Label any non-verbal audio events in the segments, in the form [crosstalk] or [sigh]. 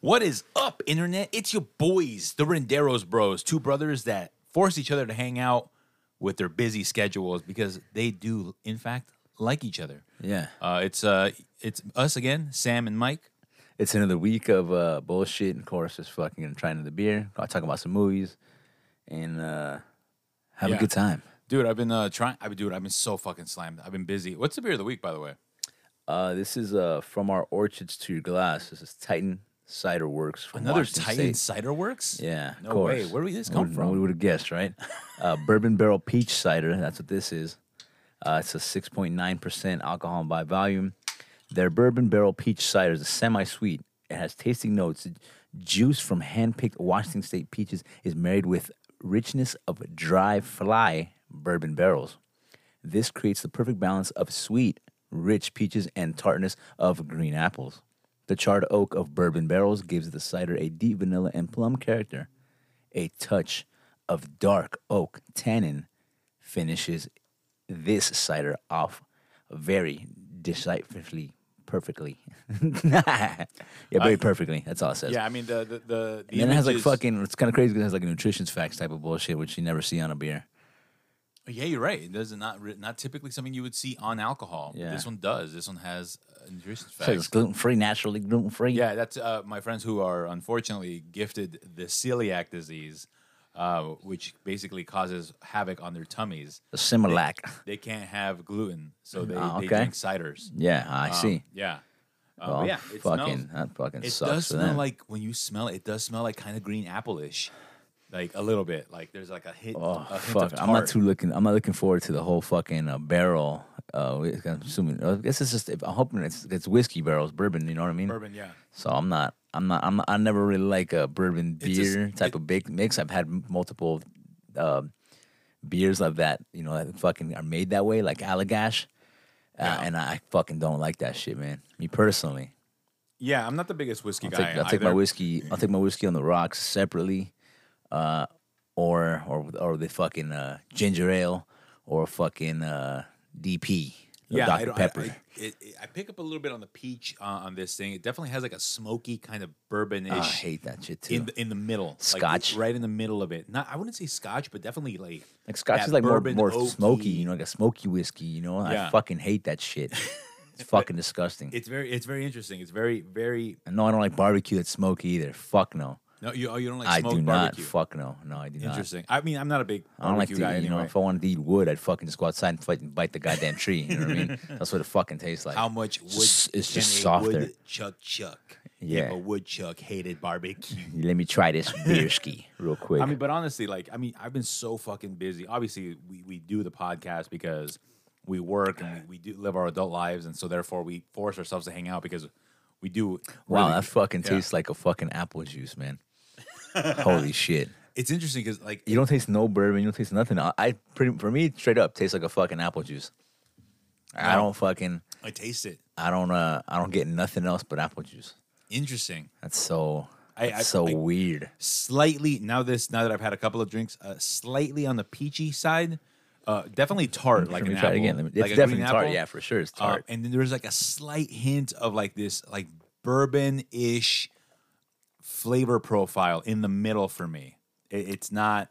What is up, internet? It's your boys, the Renderos Bros, two brothers that force each other to hang out with their busy schedules because they do, in fact, like each other. Yeah. Uh, it's uh, it's us again, Sam and Mike. It's another week of uh, bullshit and course just fucking and trying the beer, talking about some movies and uh, have Yeah. a good time. Dude, I've been uh, trying. I've been dude. I've been so fucking slammed. I've been busy. What's the beer of the week, by the way? Uh, this is uh, from our orchards to your glass. This is Titan Cider Works from Another Washington Titan State. Cider Works. Yeah, of No way. course. Where did this come We- from? We would have guessed, right? [laughs] uh, bourbon barrel peach cider. That's what this is. Uh, it's a 6.9% alcohol by volume. Their bourbon barrel peach cider is a semi-sweet. It has tasting notes. Juice from hand-picked Washington State peaches is married with richness of dry fly bourbon barrels. This creates the perfect balance of sweet, rich peaches and tartness of green apples. The charred oak of bourbon barrels gives the cider a deep vanilla and plum character. A touch of dark oak tannin finishes this cider off very decisively perfectly. [laughs] yeah, very perfectly. That's all it says. Yeah, I mean the the the. the And then it has like images- fucking, it's kind of crazy because it has like a nutrition facts type of bullshit, which you never see on a beer. Oh, Yeah, you're right. It doesn't not re- not typically something you would see on alcohol. but Yeah. This one does. This one has uh, nutrition It's like it's facts. gluten free, naturally gluten free. Yeah, that's uh, my friends who are unfortunately gifted the celiac disease, uh, which basically causes havoc on their tummies. Similac. They can't have gluten, so they, Ah, they okay. drink ciders. Yeah, I see. Yeah. Uh, Um, but Well, yeah, it smells- fucking, that fucking it sucks. does for smell them. like when you smell it, it does smell like kind of green apple-ish, like a little bit. Like there's like a hint. Oh a hint fuck! Of I'm not tart. too looking. I'm not looking forward to the whole fucking uh, barrel. Uh, I'm assuming. I guess it's just. I'm hoping it's it's whiskey barrels, bourbon. You know what I mean? bourbon. Yeah. So I'm not. I'm not. I'm. Not, I never really like a bourbon It's just- beer type it- of big mix. I've had m- multiple uh, beers of that. You know, that fucking are made that way, like Allagash. Uh, Yeah. And I fucking don't like that shit, man. Me personally, Yeah, I'm not the biggest whiskey I'll guy. take, I'll take my either. whiskey. I'll take my whiskey on the rocks separately, uh, or or or the fucking uh, ginger ale or fucking uh, DP. the yeah, I Dr don't- I- Pepper. I, it, it- I pick up a little bit on the peach uh, on this thing. It definitely has like a smoky kind of bourbonish Oh, I hate that shit too. in the, in the middle, like, Scotch. right in the middle of it. Not, I wouldn't say Scotch, but definitely like like Scotch that is like more, bourbon more oaky- smoky, you know, like a smoky whiskey. You know, Yeah. I fucking hate that shit. [laughs] It's fucking disgusting. It's very, it's very interesting. It's very, very. and no, I don't like barbecue that's smoky either. Fuck no. No, you, oh, you don't like I smoked do not. barbecue. Fuck no. No, I do not. Interesting. I mean, I'm not a big I don't like to, barbecue guy you know, anyway. if I wanted to eat wood, I'd fucking just go outside and fight and bite the goddamn tree. You know what I [laughs] mean? That's what it fucking tastes like. How much wood? It's just- it's just can a softer. Woodchuck chuck. Yeah. If a woodchuck hated [laughs] barbecue. Let me [laughs] try this beer ski real quick. I mean, but honestly, like, I mean, I've been so fucking busy. Obviously, we, we do the podcast because we work and we, we do live our adult lives, and so therefore we force ourselves to hang out because we do. wow, really- that fucking yeah. tastes like a fucking apple juice, man. [laughs] Holy shit. It's interesting because like You don't taste no bourbon. You don't taste nothing. I, I pretty for me straight up tastes like a fucking apple juice. I No. don't fucking I taste it. I don't uh I don't get nothing else but apple juice. Interesting. That's so I- that's I- so I- weird. Slightly now this now that I've had a couple of drinks, uh, slightly on the peachy side. Uh, definitely tart, like Let me an try apple. it again. Let me- It's like a green definitely tart. apple. Yeah, for sure, it's Uh, tart. and then there's like a slight hint of like this like bourbon ish flavor profile in the middle for me. It, it's not.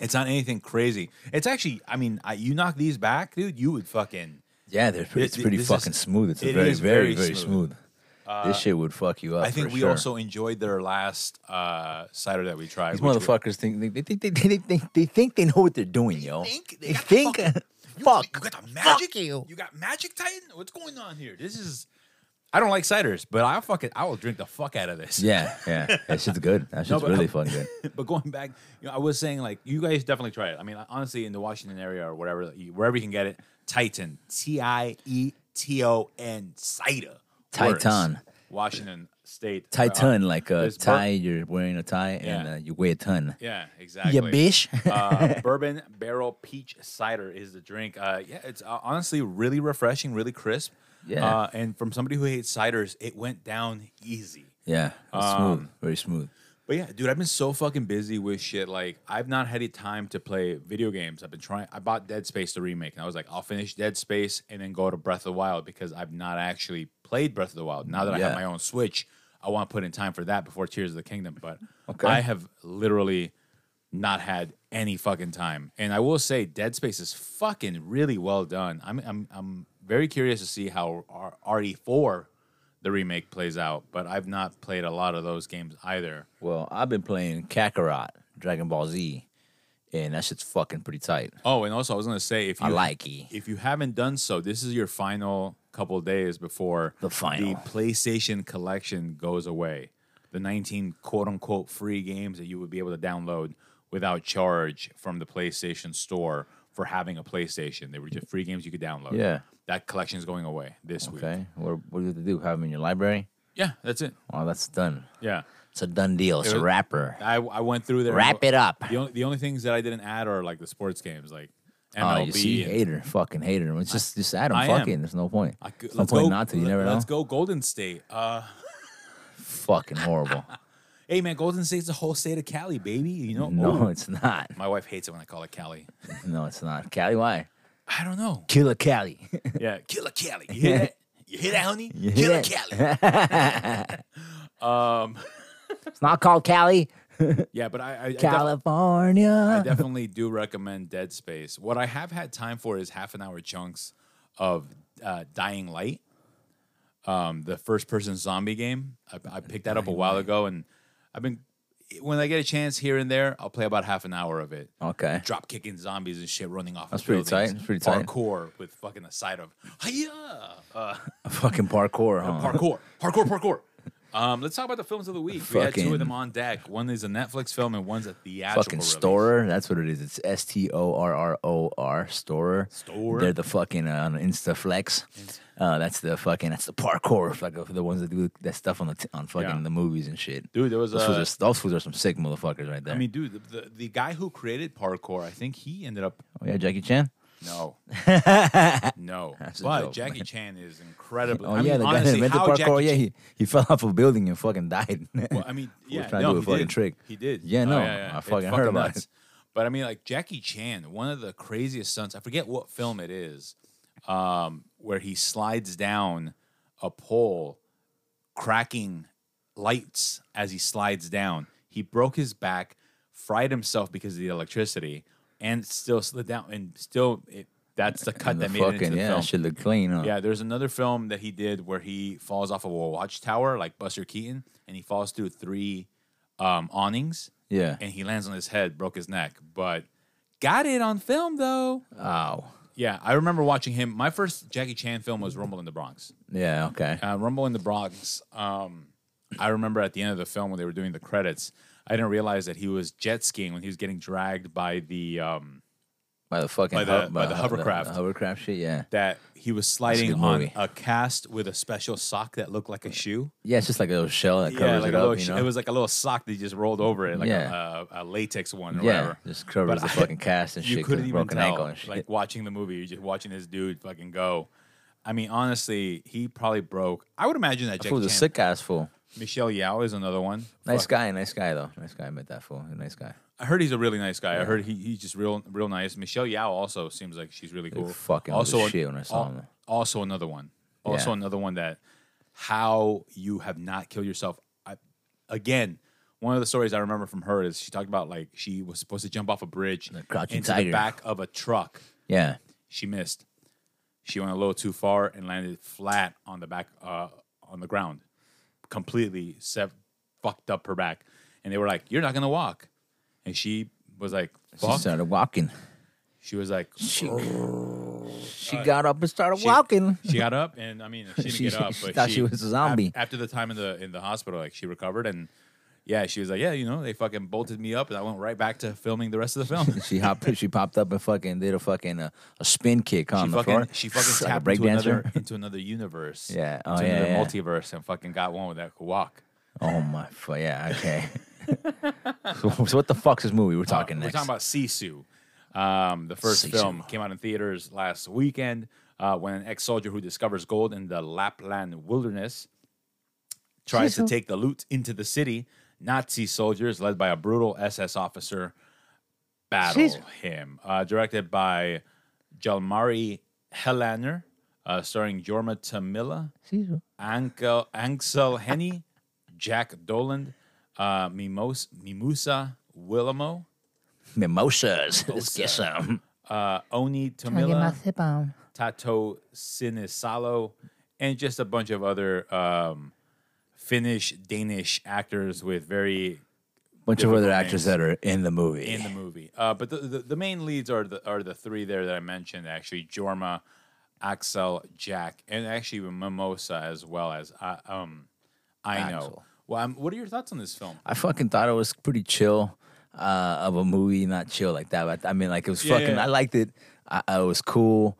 It's not anything crazy. It's actually, I mean, I, you knock these back, dude, you would fucking. yeah, they're pretty, it- it's pretty this is- fucking smooth. It's a it very is very very very smooth. Uh, smooth. this shit would fuck you up. I think for we sure. also enjoyed their last uh, cider that we tried. These which we- motherfuckers think they, they, they, they, they, they think they know what they're doing, yo. think? They they got the think. [laughs] fucking- fuck. You got the magic. Fuck you. You got magic Titan. What's going on here? This is. I don't like ciders, but I fucking I will drink the fuck out of this. Yeah, yeah. That shit's good. [laughs] That shit's but- really fucking good. [laughs] but going back, you know, I was saying like you guys definitely try it. I mean, honestly, in the Washington area or whatever, like, you- wherever you can get it, Titan, T I E T O N, Cider. works. Titan. Washington State. Tie ton, Uh, like a this bur- tie. you're wearing a tie and Yeah. uh, you weigh a ton. yeah, Yeah, exactly. [laughs] bitch. uh, bourbon barrel peach cider is the drink. Uh, yeah, it's uh, honestly really refreshing, really crisp. Yeah. Uh, and from somebody who hates ciders, it went down easy. Um, yeah, it's smooth. Very smooth. But yeah, dude, I've been so fucking busy with shit. Like, I've not had any time to play video games. I've been trying. I bought Dead Space the remake, and I was like, I'll finish Dead Space and then go to Breath of the Wild because I've not actually played Breath of the Wild. Now that I Yeah. have my own Switch, I want to put in time for that before Tears of the Kingdom. But Okay. I have literally not had any fucking time. And I will say, Dead Space is fucking really well done. I'm I'm I'm very curious to see how R- RE4 the remake plays out, but I've not played a lot of those games either. Well, I've been playing Kakarot, Dragon Ball Z, and that shit's fucking pretty tight. Oh, and also I was gonna say if you I like E. it. if you haven't done so, this is your final couple days before The final. PlayStation collection goes away. The 19 quote unquote free games that you would be able to download without charge from the PlayStation store for having a PlayStation. They were just free games you could download. Yeah. That collection is going away this week. Okay, what what do you have to do? Have them in your library? Yeah, that's it. Oh, that's done. Yeah. It's a done deal. It's a was- wrapper. I, I went through there. Wrap it up. The only, the only things that I didn't add are like the sports games, like MLB. Oh, you see, and- hater, fucking hater. It's just, just add I them. am. Fucking, there's no point. I could- There's no point not to. You let- never know. Let's go Golden State. Uh, [laughs] Fucking horrible. hey man, Golden State's the whole state of Cali, baby. You know, no, Ooh. it's not. my wife hates it when I call it Cali. No, it's not. Cali, why? I don't know. Killer Cali. Yeah, killer Cali. You hear that? You hear that, honey? You hear Killer that? Cali. it's not called Cali. [laughs] Yeah, but I, I, I, def- I California. definitely do recommend Dead Space. What I have had time for is half an hour chunks of uh, Dying Light, um, the first person zombie game. I, I picked that up a while ago, and I've been when I get a chance here and there, I'll play about half an hour of it. Okay. drop kicking zombies and shit running off. That's of pretty buildings. tight, that's pretty tight. Parkour with fucking a side of hiya, uh, [laughs] Fucking parkour, huh? parkour, parkour, parkour. Um, let's talk about the films of the week. we had two Fucking- of them on deck. One is a Netflix film and one's a theatrical Fucking release. storer. That's what it is. It's S T O R R O R storer. Storer. They're the fucking uh, on Insta Flex. Uh, that's the fucking that's the parkour. Like uh, the ones that do that stuff on the t- on fucking Yeah. the movies and shit. Dude, there was Those, a- fools are, those fools are some sick motherfuckers right there. I mean, dude, the, the, the guy who created parkour, I think he ended up oh, yeah, Jackie Chan. [laughs] no, no. a But joke, Jackie Chan is incredible. Oh I mean, yeah, the guy that honestly, invented how parkour. Jackie yeah, he, he fell off a building and fucking died. [laughs] Well, I mean, yeah, trying to no, do a he fucking did. trick. He did. Oh, Yeah, no, I It's fucking heard about it. But I mean, like Jackie Chan, one of the craziest stunts. I forget what film it is, um, where he slides down a pole, cracking lights as he slides down. He broke his back, fried himself because of the electricity, and still slid down. And still, it, that's the cut And that the made it fucking into the yeah, film. shit look clean. Huh? Yeah, there's another film that he did where he falls off of a watchtower, like Buster Keaton, and he falls through three um, awnings, yeah. and he lands on his head, broke his neck, but got it on film though. Oh, Yeah, I remember watching him. My first Jackie Chan film was Rumble in the Bronx. yeah. Okay. Uh, Rumble in the Bronx. Um, I remember at the end of the film when they were doing the credits, I didn't realize that he was jet skiing when he was getting dragged by the um, By the fucking by the- hub- by the hu- hovercraft. the hovercraft shit. Yeah. that he was good sliding on movie. a cast with a special sock that looked like a shoe. Yeah, it's just like a little shell that yeah, covers like it a up. little, you sh- know? it was like a little sock that you just rolled over it, like Yeah. a, a, a latex one or yeah, whatever. just But covers the I- [laughs] fucking cast and You shit. 'cause couldn't even broken ankle tell. and shit. Like watching the movie, you're just watching this dude fucking go. I mean, honestly, he probably broke. I would imagine that Fool Jackie was a Chan, sick ass fool. Michelle Yao is another one. Nice Fuck. guy, nice guy though. Nice guy. I met that fool. Nice guy. I heard he's a really nice guy. I heard he, he's just real, real nice. Michelle Yao also seems like she's really cool. fucking was also a an- shit when I saw al- him. Also another one. Also Yeah. another one that how you have not killed yourself. I, again, one of the stories I remember from her is she talked about like she was supposed to jump off a bridge The crouching into the tiger. back of a truck. Yeah. She missed. She went a little too far and landed flat on the back uh, on the ground, completely sev- fucked up her back. And they were like, "You're not gonna walk," and she was like, She "Fuck." started walking. She was [laughs] like, she, She got up and started walking. got up, and I mean, she didn't She- get [laughs] up, she but thought she was a zombie. af- after the time in the in the hospital, like she recovered, and yeah, she was like, yeah, you know, they fucking bolted me up, and I went right back to filming the rest of the film. She hopped. She popped up and fucking did a fucking uh, a spin kick [laughs] on She the fucking, floor. she fucking like a tapped break into another dancer. into another universe, [laughs] Yeah. Oh, into yeah, another yeah. multiverse, and fucking got one with that could walk. Oh my! Fu- yeah. Okay. [laughs] so, so what the fuck's this movie we're talking Uh, next? We're talking about Sisu. Um, the first Sisu. film came out in theaters last weekend uh, when an ex soldier who discovers gold in the Lapland wilderness tries to Sisu. take the loot into the city. Nazi soldiers led by a brutal SS officer battle Jeez. him. Uh, directed by Jalmari Helander, uh, starring Jorma Tamila, Anko, Ansel Henny, Jack Doland, uh, Mimos, Mimusa Willamo, Mimosas. Let's get some. uh, Oni Trying to get my Tamila, sip on. Tato Sinisalo, and just a bunch of other um, Finnish, Danish actors with very Bunch of other Difficult actors names. that are in the movie. in the movie. Uh, but the, the, the main leads are the are the three there that I mentioned actually Jorma, Axel, Jack, and actually Mimosa as well as uh, um, I know. Axel. Well, um, what are your thoughts on this film? I fucking thought it was pretty chill uh, of a movie, not chill like that. But I mean, like it was Yeah, fucking. yeah. I liked it. I, I was cool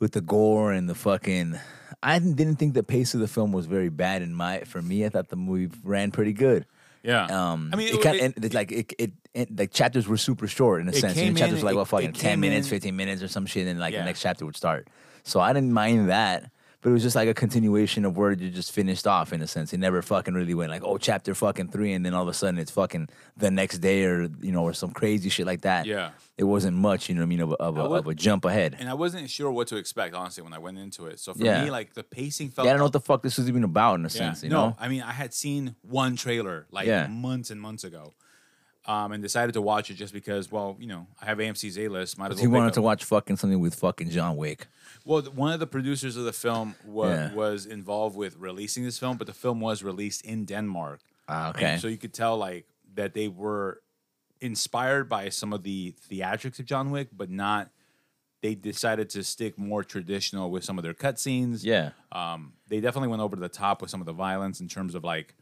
with the gore and the fucking. I didn't think the pace of the film was very bad in my for me. I thought the movie ran pretty good. Yeah, Um, I mean, it, it- kind it- of ended, like it, it, it like chapters were super short in a sense. came And chapters in, were like it- what fucking it ten came minutes, in- fifteen minutes, or some shit, and like Yeah. the next chapter would start. So I didn't mind that, but it was just like a continuation of where you just finished off in a sense. It never fucking really went like oh chapter fucking three, and then all of a sudden it's fucking the next day or you know or some crazy shit like that. Yeah. it wasn't much, you know what I mean, of a, of a, I would- of a jump ahead. and I wasn't sure what to expect honestly when I went into it. So for Yeah. me, like the pacing Yeah, felt. I don't know what the fuck this was even about in Yeah, a sense, you no, know. I mean, I had seen one trailer like Yeah. months and months ago, um, and decided to watch it just because. Well, you know, I have AMC's A list. Might as well. He pick wanted up- to watch fucking something with fucking John Wick. Well, th- one of the producers of the film wa- Yeah. was involved with releasing this film, but the film was released in Denmark. Ah, And okay. so you could tell like that they were inspired by some of the theatrics of John Wick, but not they decided to stick more traditional with some of their cutscenes. yeah. Um, they definitely went over the top with some of the violence in terms of like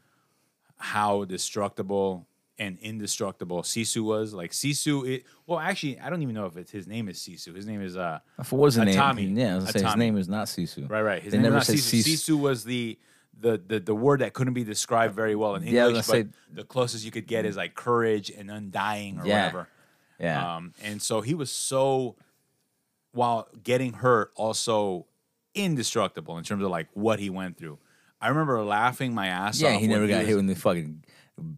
how destructible and indestructible Sisu was. Like Sisu, it well, actually, I don't even know if it's his name is Sisu. His name is uh, If it was a name, Atami. yeah, I was gonna say his Atami. name is not Sisu. Right, right. His Oh. they name never was said not Sisu. Sisu. Sisu was the, the the the word that couldn't be described very well in Yeah, I was English, gonna but the closest you could get is like courage and undying or Yeah. whatever. Yeah, Um, and so he was so while getting hurt, also indestructible in terms of like what he went through. I remember laughing my ass off. yeah. He when never got was- hit when they fucking,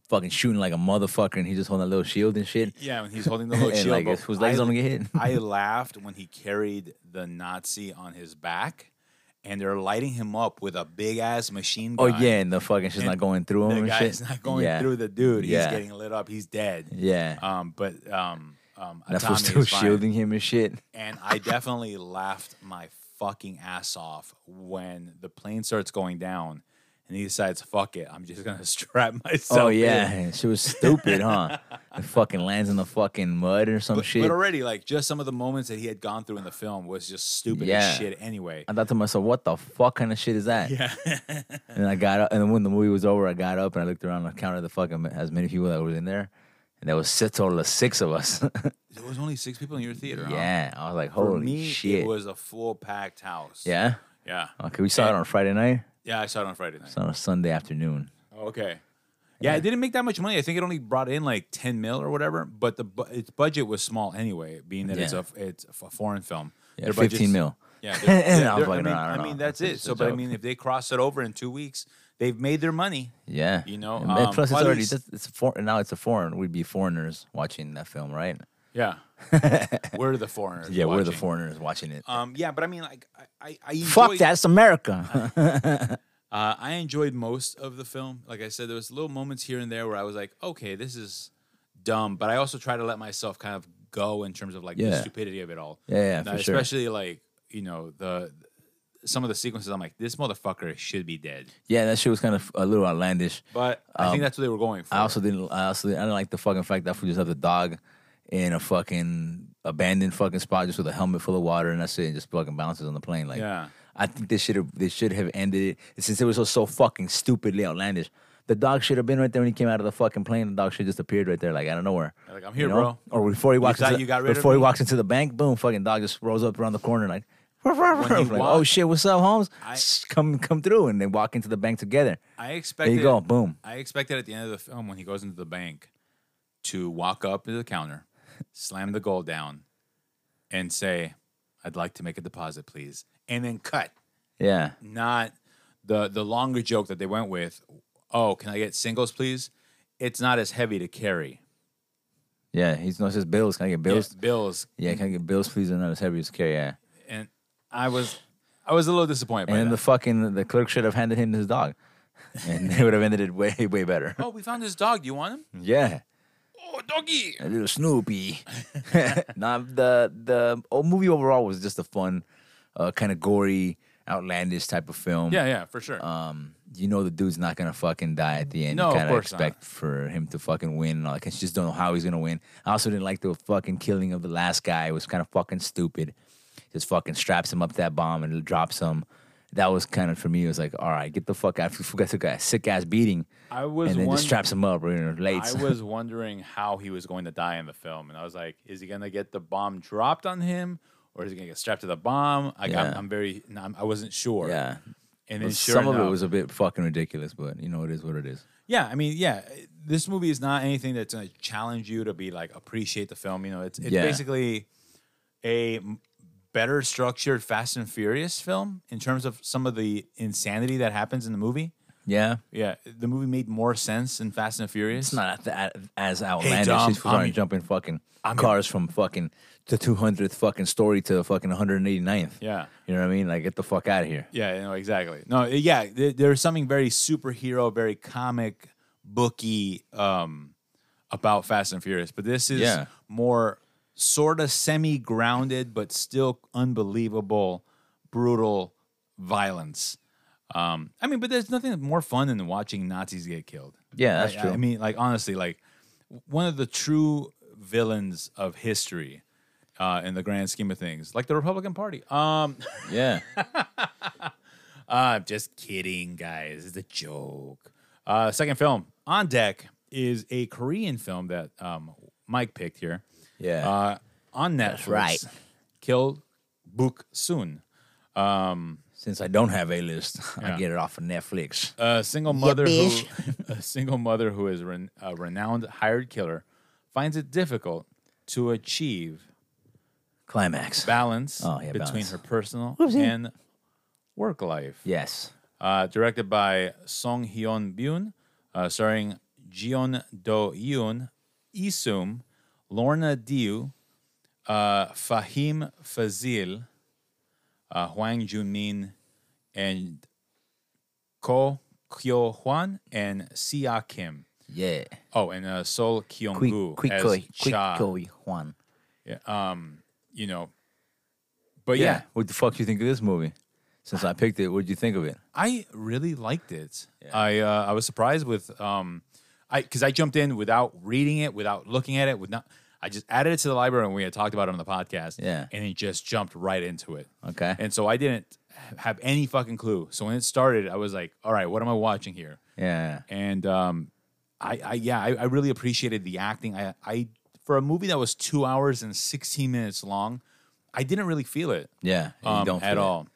fucking shooting like a motherfucker, and he just holding that little shield and shit. Yeah, when he's holding the little [laughs] And, shield, like, but his legs I- don't get hit. I laughed when he carried the Nazi on his back, and they're lighting him up with a big ass machine Oh gun. yeah, and the fucking shit's not And going through him the and guy's shit. not going yeah. through the dude. He's Yeah. getting lit up. He's dead. Yeah, Um, but um, um, that fool's Atami still is fine. shielding him and shit. And I definitely laughed my fucking ass off when the plane starts going down, and he decides, "Fuck it, I'm just gonna [laughs] strap myself." oh in." yeah, she was [laughs] stupid, huh? It fucking lands in the fucking mud or some But, shit. but already, like, just some of the moments that he had gone through in the film was just stupid Yeah. as shit. Anyway, I thought to myself, what the fuck kind of shit is [laughs] that? yeah, And I got up, and then when the movie was over, I got up and I looked around and counted the fucking as many people that was in there, and there was a total of six of us. [laughs] there was only six people in your theater. huh? yeah, I was like, For holy me, shit! it was a full packed house. yeah, yeah, okay, we saw it on Friday night, yeah. I saw it on Friday night. it's on a Sunday afternoon. Okay. Yeah, it didn't make that much money. I think it only brought in like ten mil or whatever. But the bu- its budget was small anyway, being that it's Yeah. a f- it's a foreign film. Yeah, Their budget's- fifteen mil. [laughs] Yeah, And they're- they're- I'm they're- I fucking mean, around, I I know. mean that's It's it. just So, a but I joke. mean, if they cross it over in two weeks, they've made their money. Yeah, You know, And um, plus it's well, at already least- that's- it's a foreign now. It's a foreign. We'd be foreigners watching that film, right? Yeah, [laughs] we're the foreigners. Yeah, we're the watching. foreigners watching it. Um, yeah, but I mean, like, I, I, I Fuck enjoyed- that's America. Uh, I enjoyed most of the film. Like I said, there was little moments here and there where I was like, okay, this is dumb, but I also try to let myself kind of go in terms of like the Yeah. stupidity of it all. Yeah, yeah, And for sure. especially like you know the some of the sequences. I'm like, this motherfucker should be dead. [laughs] yeah, that shit was kind of a little outlandish. But I think that's what they were going for. Um, I also didn't. I also didn't, I didn't like the fucking fact that we just have the dog in a fucking abandoned fucking spot, just with a helmet full of water, and that's it, and just fucking bounces on the plane. Like, Yeah. I think they should have. They should have ended it and since it was so, so fucking stupidly outlandish. The dog should have been right there when he came out of the fucking plane. The dog should have just appeared right there, like out of nowhere. Like, "I'm here, bro." Or before he walks, thought into, you got rid of before he me? walks into the bank, boom, fucking dog just rolls up around the corner, like, [laughs] like, oh walked- shit, what's up, Holmes? I- come, come through, and they walk into the bank together. I There expected. you go, boom. I expected at the end of the film when he goes into the bank to walk up to the counter, slam the gold down, and say, "I'd like to make a deposit, please," and then cut. Yeah. not the the longer joke that they went with. Oh, can I get singles, please? it's not as heavy to carry. Yeah, he's no, it says bills. Can I get bills? Bills, bills, Yeah, can I get bills, please? And not as heavy as carry. Yeah. and I was, I was a little disappointed. And by then that. the fucking the clerk should have handed him his dog, and they would have ended it way way [laughs] better. oh, we found this dog. Do you want him? Yeah, Oh, doggy. a little Snoopy. [laughs] nah, the the old movie overall was just a fun, uh, kind of gory, outlandish type of film. Yeah, yeah, for sure. Um, you know the dude's not gonna fucking die at the end. No, you of kinda course expect for him to fucking win and all that. 'cause you just don't know how he's gonna win. I also didn't like the fucking killing of the last guy. It was kind of fucking stupid. Just fucking straps him up to that bomb and drops him. That was kind of for me. It was like, all right, get the fuck out. [laughs] You guys took a sick ass beating, I was and then one, just straps him up or you know, I lates. was wondering how he was going to die in the film, and I was like, is he gonna get the bomb dropped on him, or is he gonna get strapped to the bomb? I got, Yeah. I'm very, no, I'm- I wasn't sure. [laughs] yeah, and then sure some enough, of it was a bit fucking ridiculous, but you know it is what it is. Yeah, I mean, yeah, this movie is not anything that's going to challenge you to be like appreciate the film. You know, it's it's Yeah. basically a m- better structured Fast and Furious film in terms of some of the insanity that happens in the movie. Yeah, Yeah, the movie made more sense in Fast and Furious. It's not that as outlandish. Dom, These fools I'm- aren't jumping fucking I'm- cars from fucking the 200th fucking story to the fucking 189th. Yeah. You know what I mean? Like, get the fuck out of here. Yeah, you know, exactly. No, eh, yeah, there, there's something very superhero, very comic booky um, about Fast and Furious, but this is Yeah. more sort of semi grounded, but still unbelievable, brutal violence. Um, I mean, but there's nothing more fun than watching Nazis get killed. Yeah, that's Like, I- true. I mean, like honestly, like one of the true villains of history uh, in the grand scheme of things, like the Republican Party. Um, [laughs] yeah. uh, just kidding, guys. It's a joke. Uh, second film, On Deck, is a Korean film that um, Mike picked here. Yeah. Uh, on Netflix. right. Kill Book Soon. Since I don't have a list, Yeah. [laughs] Uh, I get it off of Netflix. A single mother bitch. who [laughs] a single mother who is ren- a renowned hired killer finds it difficult to achieve Climax. balance Oh, yeah, between balance. her personal and work life. yes. uh, directed by Song Hyun Byun, uh, starring Jeon Do Yoon, Isum, Lorna Diu, uh, Fahim Fazil, uh, Hwang Junmin, and Ko Kyo Hwan and Sia Kim. Yeah. Oh, and uh, Sol Kyung Quick, Gu quick, as quick, Cha. quick, Juan. You know, but Yeah. yeah, What the fuck you think of this movie? Since I picked it, what'd you think of it? I really liked it. I uh, I was surprised with um, I because I jumped in without reading it, without looking at it, with not. I just added it to the library and we had talked about it on the podcast. Yeah. and it just jumped right into it. Okay. and so I didn't ha- have any fucking clue. So when it started, I was like, "All right, what am I watching here?" Yeah. And um, I, I yeah, I, I really appreciated the acting. I, I for a movie that was two hours and sixteen minutes long, I didn't really feel it Yeah. You um, don't at feel it. all.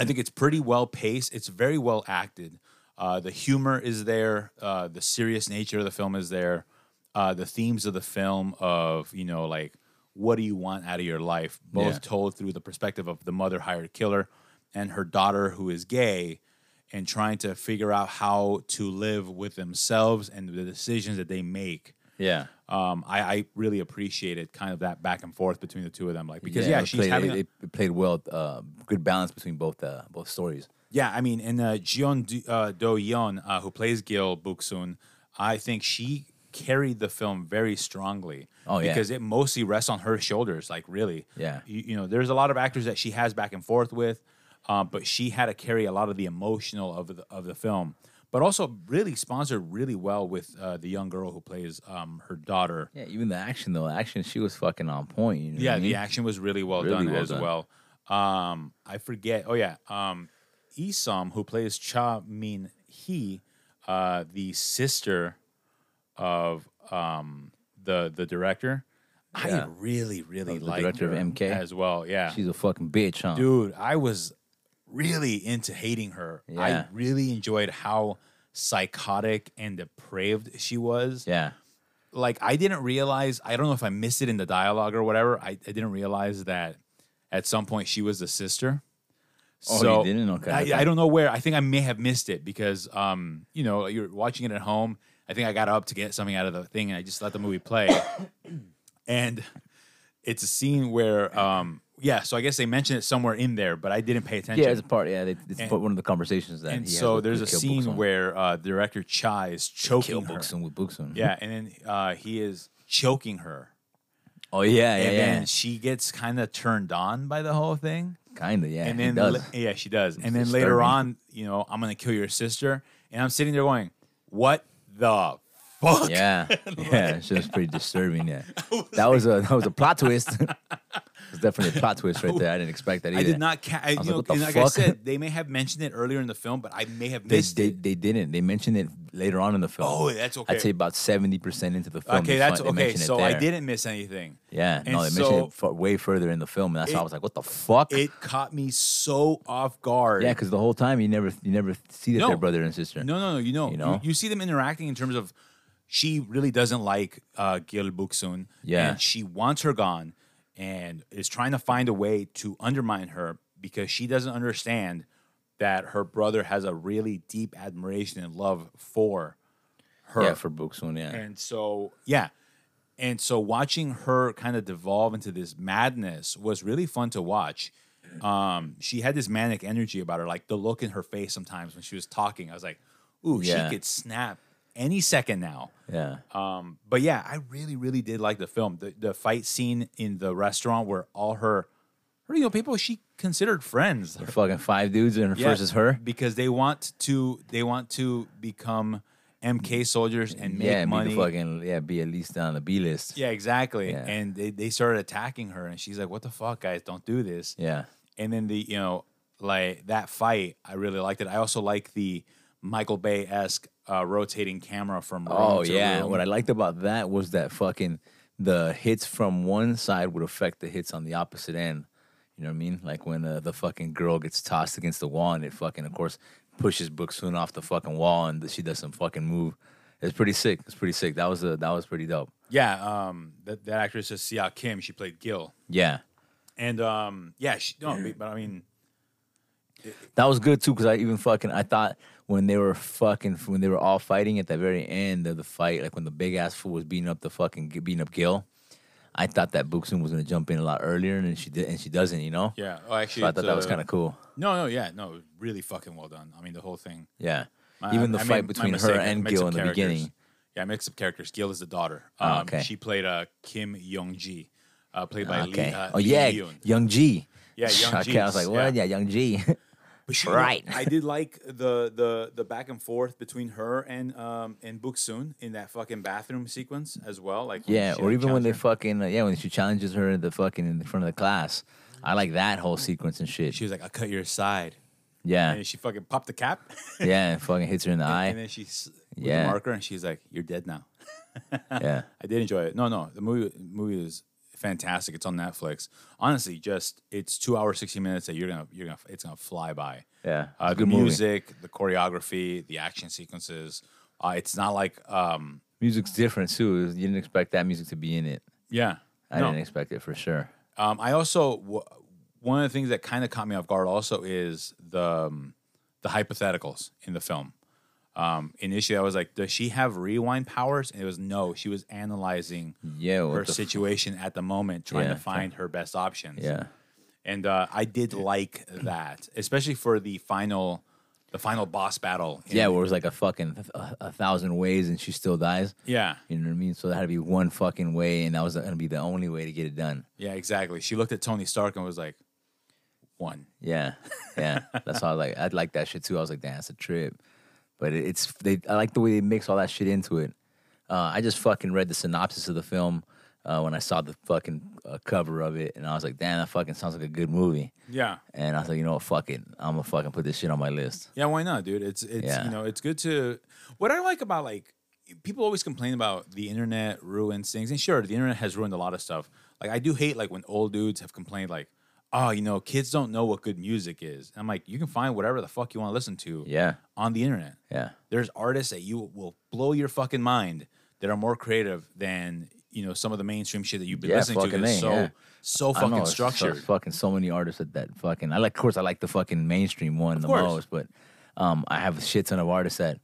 I think it's pretty well paced. It's very well acted. Uh, the humor is there. Uh, the serious nature of the film is there. Uh, the themes of the film of you know like what do you want out of your life, both Yeah. told through the perspective of the mother hired killer and her daughter who is gay, and trying to figure out how to live with themselves and the decisions that they make Yeah. um, I, I really appreciated kind of that back and forth between the two of them, like because it yeah, was she's played, having a- it, it played well, uh, good balance between both uh, both stories. Yeah, I mean, and uh, Jeon Do- uh, Do Yeon, uh, who plays Gil Buksun, I think she carried the film very strongly. Oh, yeah. because it mostly rests on her shoulders. Like really, Yeah. You, you know, there's a lot of actors that she has back and forth with, um, but she had to carry a lot of the emotional of the of the film. But also, really sponsored really well with uh, the young girl who plays um, her daughter. Yeah, even the action though, the action she was fucking on point. You know Yeah, what I mean? the action was really well done Really well as done. well. Um, I forget. Oh yeah, um, Isom, who plays Cha Min Hee, uh, the sister of um, the the director. I Yeah. really, really the liked director of her MK? as well. Yeah, she's a fucking bitch, huh? dude, I was really into hating her. I Yeah. really enjoyed how psychotic and depraved she was Yeah, like I didn't realize I don't know if I missed it in the dialogue or whatever. I, I didn't realize that at some point she was the sister. Oh, you didn't? Okay, I, okay. I don't know where. I think I may have missed it because um, you know, you're watching it at home. I think I got up to get something out of the thing, and I just let the movie play. [coughs] and it's a scene where, um, yeah. So I guess they mentioned it somewhere in there, but I didn't pay attention. Yeah, it's a part. Yeah, they, it's And- part one of the conversations that. and he has so with- there's a with Kill scene Booksung. where uh, director Chai is Kill choking her. Booksung with Booksung. Yeah, and then uh, he is choking her, Oh yeah, yeah, and yeah. then she gets kind of turned on by the whole thing. Kinda. Yeah. and he then [laughs] does. la- yeah, she does. And then later disturbing. on, you know, I'm gonna kill your sister, and I'm sitting there going, "What the fuck?" Yeah, [laughs] yeah, it's just pretty disturbing. Yeah, that was a that was a plot twist. [laughs] it's definitely a plot twist right there. I didn't expect that either. I did not. Ca- I, was you like, know, "What the and like I fuck?" said, they may have mentioned it earlier in the film, but I may have They, missed they, it. they didn't. They mentioned it later on in the film. Oh, that's okay. I'd say about seventy percent into the film. Okay, they that's fin- they okay. mention it So I there. didn't miss anything. Yeah, And no, they mentioned it so- fa- way further in the film, and that's why It- I was like, "What the fuck?" It caught me so off guard. yeah, because the whole time you never you never see that No. they're brother and sister. No, no, no. You know, You you, know? you see them interacting in terms of she really doesn't like uh, Gil Buksun. Yeah. And she wants her gone and is trying to find a way to undermine her because she doesn't understand that her brother has a really deep admiration and love for her. yeah, for Booksoon, yeah, And so, yeah. And so watching her kind of devolve into this madness was really fun to watch. Um, she had this manic energy about her, like the look in her face sometimes when she was talking. I was like, ooh, Yeah. she could snap any second now. yeah, Um, but yeah, I really, really did like the film. The the fight scene in the restaurant where all her, her you know, people she considered friends fucking five dudes and Yeah, versus her. because they want to they want to become MK soldiers and make yeah, and money. be the fucking yeah, be at least on the B list. Yeah, exactly. Yeah. And they, they started attacking her, and she's like, "What the fuck, guys? Don't do this." yeah, And then the you know like that fight, I really liked it. I also like the Michael Bay esque uh, rotating camera from room Oh to yeah, room. what I liked about that was that fucking the hits from one side would affect the hits on the opposite end. You know what I mean? Like when uh, the fucking girl gets tossed against the wall and it fucking, of course, pushes Booksoon off the fucking wall and she does some fucking move. It's pretty sick. It's pretty sick. That was a that was pretty dope. yeah. Um, that that actress is Sia Kim. She played Gil, Yeah, and um, yeah, she no, but- but I mean, that was good too because I even fucking I thought when they were fucking when they were all fighting at the very end of the fight, like when the big ass fool was beating up the fucking beating up Gil. I thought that Booksoon was gonna jump in a lot earlier, and she did, and she doesn't. You know? yeah. Oh, actually, So I thought that was uh, kind of cool. no, no, yeah, no, really fucking well done. I mean, the whole thing. Yeah. My- Even the I made fight my between her mistake, I and mixed up Gil in the characters. beginning. Yeah, I mixed up characters. Gil is the daughter. Oh, Um, okay. She played uh, Kim Young Ji, uh, played by Okay. Lee, uh, oh Lee yeah, Yoon. Young G. Yeah, Young [laughs] Okay, I was G's, like, what? yeah. Yeah, Young G. [laughs] But she, Right. I did like the the the back and forth between her and um and Book Soon in that fucking bathroom sequence as well. Like when yeah, she, or like, even when they challenged her. fucking uh, yeah, when she challenges her in the fucking in the front of the class. I like that whole sequence and shit. she was like, "I cut your side," [laughs] Yeah, and then she fucking popped the cap, yeah, and fucking hits her in the [laughs] and eye. then she s- with Yeah. the marker, and she's like, "You're dead now." Yeah, I did enjoy it. No, no, the movie movie is fantastic. It's on Netflix. Honestly, just it's two hours sixty minutes that you're gonna you're gonna it's gonna fly by. yeah. Uh, It's a the good movie. music, the choreography, the action sequences. Uh, it's not like um Music's different too. You didn't expect that music to be in it. yeah. I no. didn't expect it for sure. Um, I also w- one of the things that kind of caught me off guard also is the um, the hypotheticals in the film. Um, initially, I was like, "Does she have rewind powers?" And it was no. She was analyzing Yeah, what her the f- situation at the moment, trying Yeah, to okay. find her best options. Yeah, and uh, I did like that, especially for the final the final boss battle. in- yeah. Where it was like a fucking a, a thousand ways and she still dies. yeah, You know what I mean? So that had to be one fucking way, and that was gonna be the only way to get it done. yeah, exactly. She looked at Tony Stark and was like, "One." Yeah, yeah. that's how I like. I like that shit too. I was like, damn, that's a trip. But it, it's they. I like the way they mix all that shit into it. Uh, I just fucking read the synopsis of the film uh, when I saw the fucking uh, cover of it, and I was like, damn, that fucking sounds like a good movie. Yeah, And I was like, you know what, fuck it, I'm gonna fucking put this shit on my list. Yeah, why not, dude? It's it's Yeah. you know, it's good to what I like about like people always complain about the internet ruins things. And sure, the internet has ruined a lot of stuff. Like I do hate like when old dudes have complained like, "Oh, you know, kids don't know what good music is." I'm like, "You can find whatever the fuck you want to listen to Yeah, on the internet." yeah, There's artists that you will blow your fucking mind that are more creative than you know some of the mainstream shit that you've been Yeah, listening to. fucking That's A, so yeah. so I don't fucking know, it's so- structured. fucking so many artists that that fucking. I like, of course, I like the fucking mainstream one the course. most, but um, I have a shit ton of artists that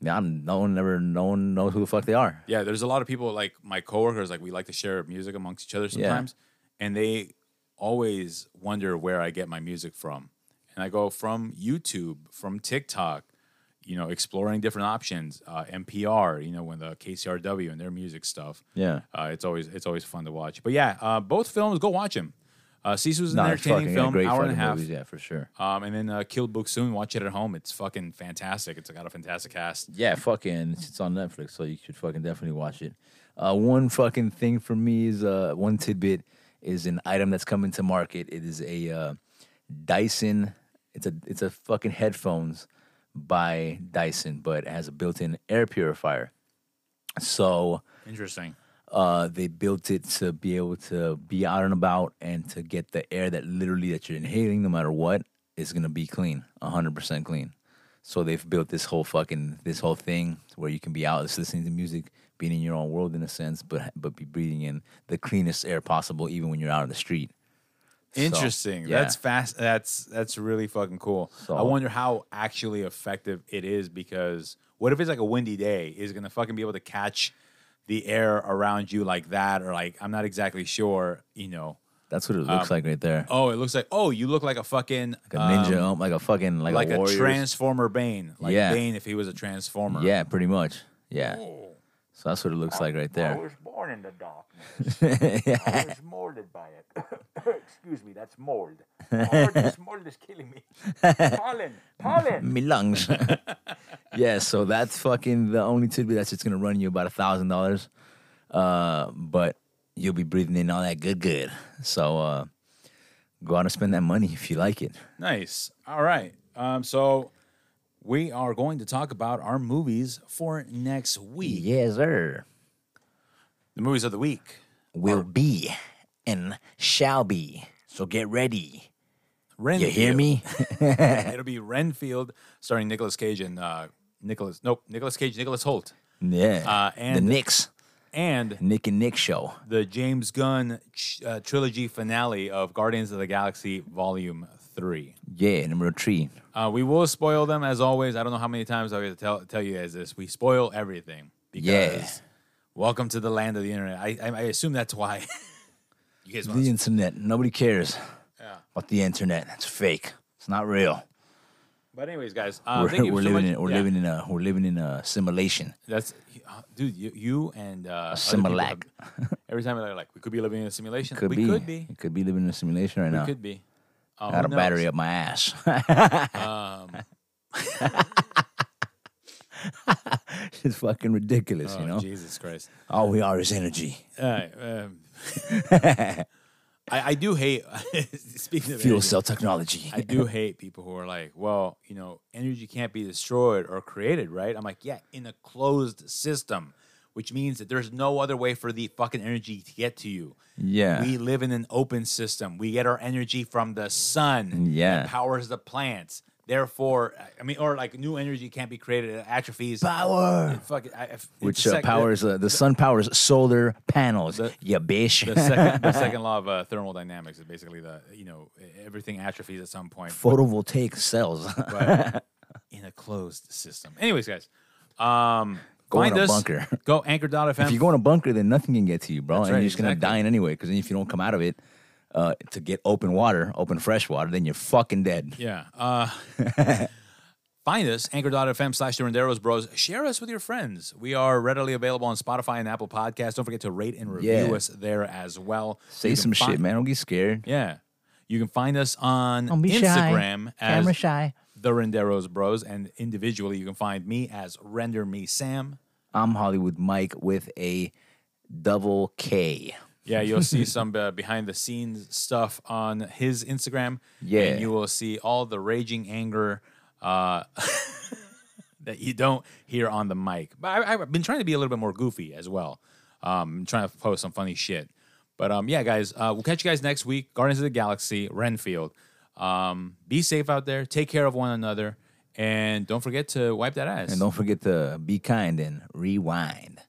Yeah, I'm, no one never, no one knows who the fuck they are. Yeah, there's a lot of people like my coworkers, like we like to share music amongst each other sometimes, and they always wonder where I get my music from. And I go from YouTube, from TikTok, you know, exploring different options, uh, NPR, you know, when the KCRW and their music stuff. Yeah. uh, it's always it's always fun to watch. But yeah, uh, both films, go watch them. Uh, Sisu's an Not entertaining fucking film, great hour and a fucking half. movies, yeah, for sure. Um, and then uh, Kill Book Soon. Watch it at home. It's fucking fantastic. It's got a fantastic cast. Yeah, fucking, it's on Netflix, so you should fucking definitely watch it. Uh, one fucking thing for me is uh, one tidbit is an item that's coming to market. It is a uh, Dyson. It's a it's a fucking headphones by Dyson, but it has a built-in air purifier. So Interesting. uh, they built it to be able to be out and about and to get the air that literally that you're inhaling, no matter what, is gonna be clean, hundred percent clean. So they've built this whole fucking this whole thing where you can be out, just listening to music, being in your own world in a sense, but but be breathing in the cleanest air possible, even when you're out on the street. So, Interesting. yeah. That's fast. That's that's really fucking cool. So- I wonder how actually effective it is because what if it's like a windy day? Is it gonna fucking be able to catch the air around you like that or like I'm not exactly sure. You know. That's what it looks like right there, Oh, it looks like oh you look like a fucking like a um, ninja, um, like a fucking like, like a, a, warrior. transformer Bane, like Yeah. Bane if he was a transformer. Yeah, pretty much. Yeah. So that's what it looks like right I there. was born in the [laughs] darkness. I was molded by it. [laughs] Excuse me, that's mold. Oh, this mold is [laughs] killing me. Pollen, pollen. me lungs. yeah, so that's fucking the only tidbit that's just gonna run you about a thousand dollars. Uh, but you'll be breathing in all that good good. So uh go out and spend that money if you like it. Nice. All right. Um, so we are going to talk about our movies for next week. Yes, sir. The movies of the week. Will be and shall be. So get ready. You Renfield. hear me? [laughs] It'll be Renfield starring Nicolas Cage and uh, Nicholas. Nope, Nicolas Cage, Nicholas Holt, yeah. Uh, the and- Knicks. and Nick and Nick show. the James Gunn ch- uh, trilogy finale of Guardians of the Galaxy Volume Three. Yeah, number three. Uh, we will spoil them as always. I don't know how many times I have to tell tell you guys this. We spoil everything because Yeah. welcome to the land of the internet. I I, I assume that's why [laughs] you guys want The to internet. Nobody cares about the internet. It's fake. It's not real. But anyways, guys, uh, we're, thank you we're so living much. in we're Yeah, living in a we're living in a simulation. That's uh, dude, you, you and uh, other Similac. people have- Every time they're like, we could be living in a simulation. Could we be. could be. It Could be living in a simulation right We now. could be. Uh, I who got a knows? Um, battery up my ass. [laughs] it's fucking ridiculous, Oh, you know. Jesus Christ. All we are is energy. Uh, [laughs] um, I, I do hate. [laughs] speaking of Fuel energy, cell technology. I [laughs] do hate people who are like, well, you know, energy can't be destroyed or created, right? I'm like, yeah, in a closed system, which means that there's no other way for the fucking energy to get to you. yeah. We live in an open system. We get our energy from the sun. Yeah. That powers the plants. Therefore, I mean, or like new energy can't be created. It atrophies. power. Fuck it, I- I- Which the uh, sec- powers uh, the sun powers solar panels. yeah, bitch. The second, the second law of uh, thermodynamics is basically the you know e, everything atrophies at some point. [laughs] Photovoltaic cells. [laughs] but in a closed system. Anyways, guys, um, Go in find a us. bunker. [laughs] Go anchor.fm. if you go in a bunker, then nothing can get to you, bro. and right, you're just exactly. gonna die in anyway. Because if you don't come out of it uh, to get open water, open fresh water, then you're fucking dead. yeah. Uh, [laughs] find us, anchor.fm slash the Renderos Bros. Share us with your friends. We are readily available on Spotify and Apple Podcasts. Don't forget to rate and review Yeah. us there as well. Say You can some shit, find- man. Don't get scared. Yeah. You can find us on Don't be shy. Instagram Camera as shy. the Renderos Bros. And individually, you can find me as Render Me Sam. I'm Hollywood Mike with a double K. Yeah, you'll [laughs] see some uh, behind the scenes stuff on his Instagram. Yeah. And you will see all the raging anger uh, [laughs] that you don't hear on the mic. But I, I've been trying to be a little bit more goofy as well. Um, I'm trying to post some funny shit. But um, yeah, guys, uh, we'll catch you guys next week. Guardians of the Galaxy, Renfield. Um, be safe out there. Take care of one another. And don't forget to wipe that ass. And don't forget to be kind and rewind.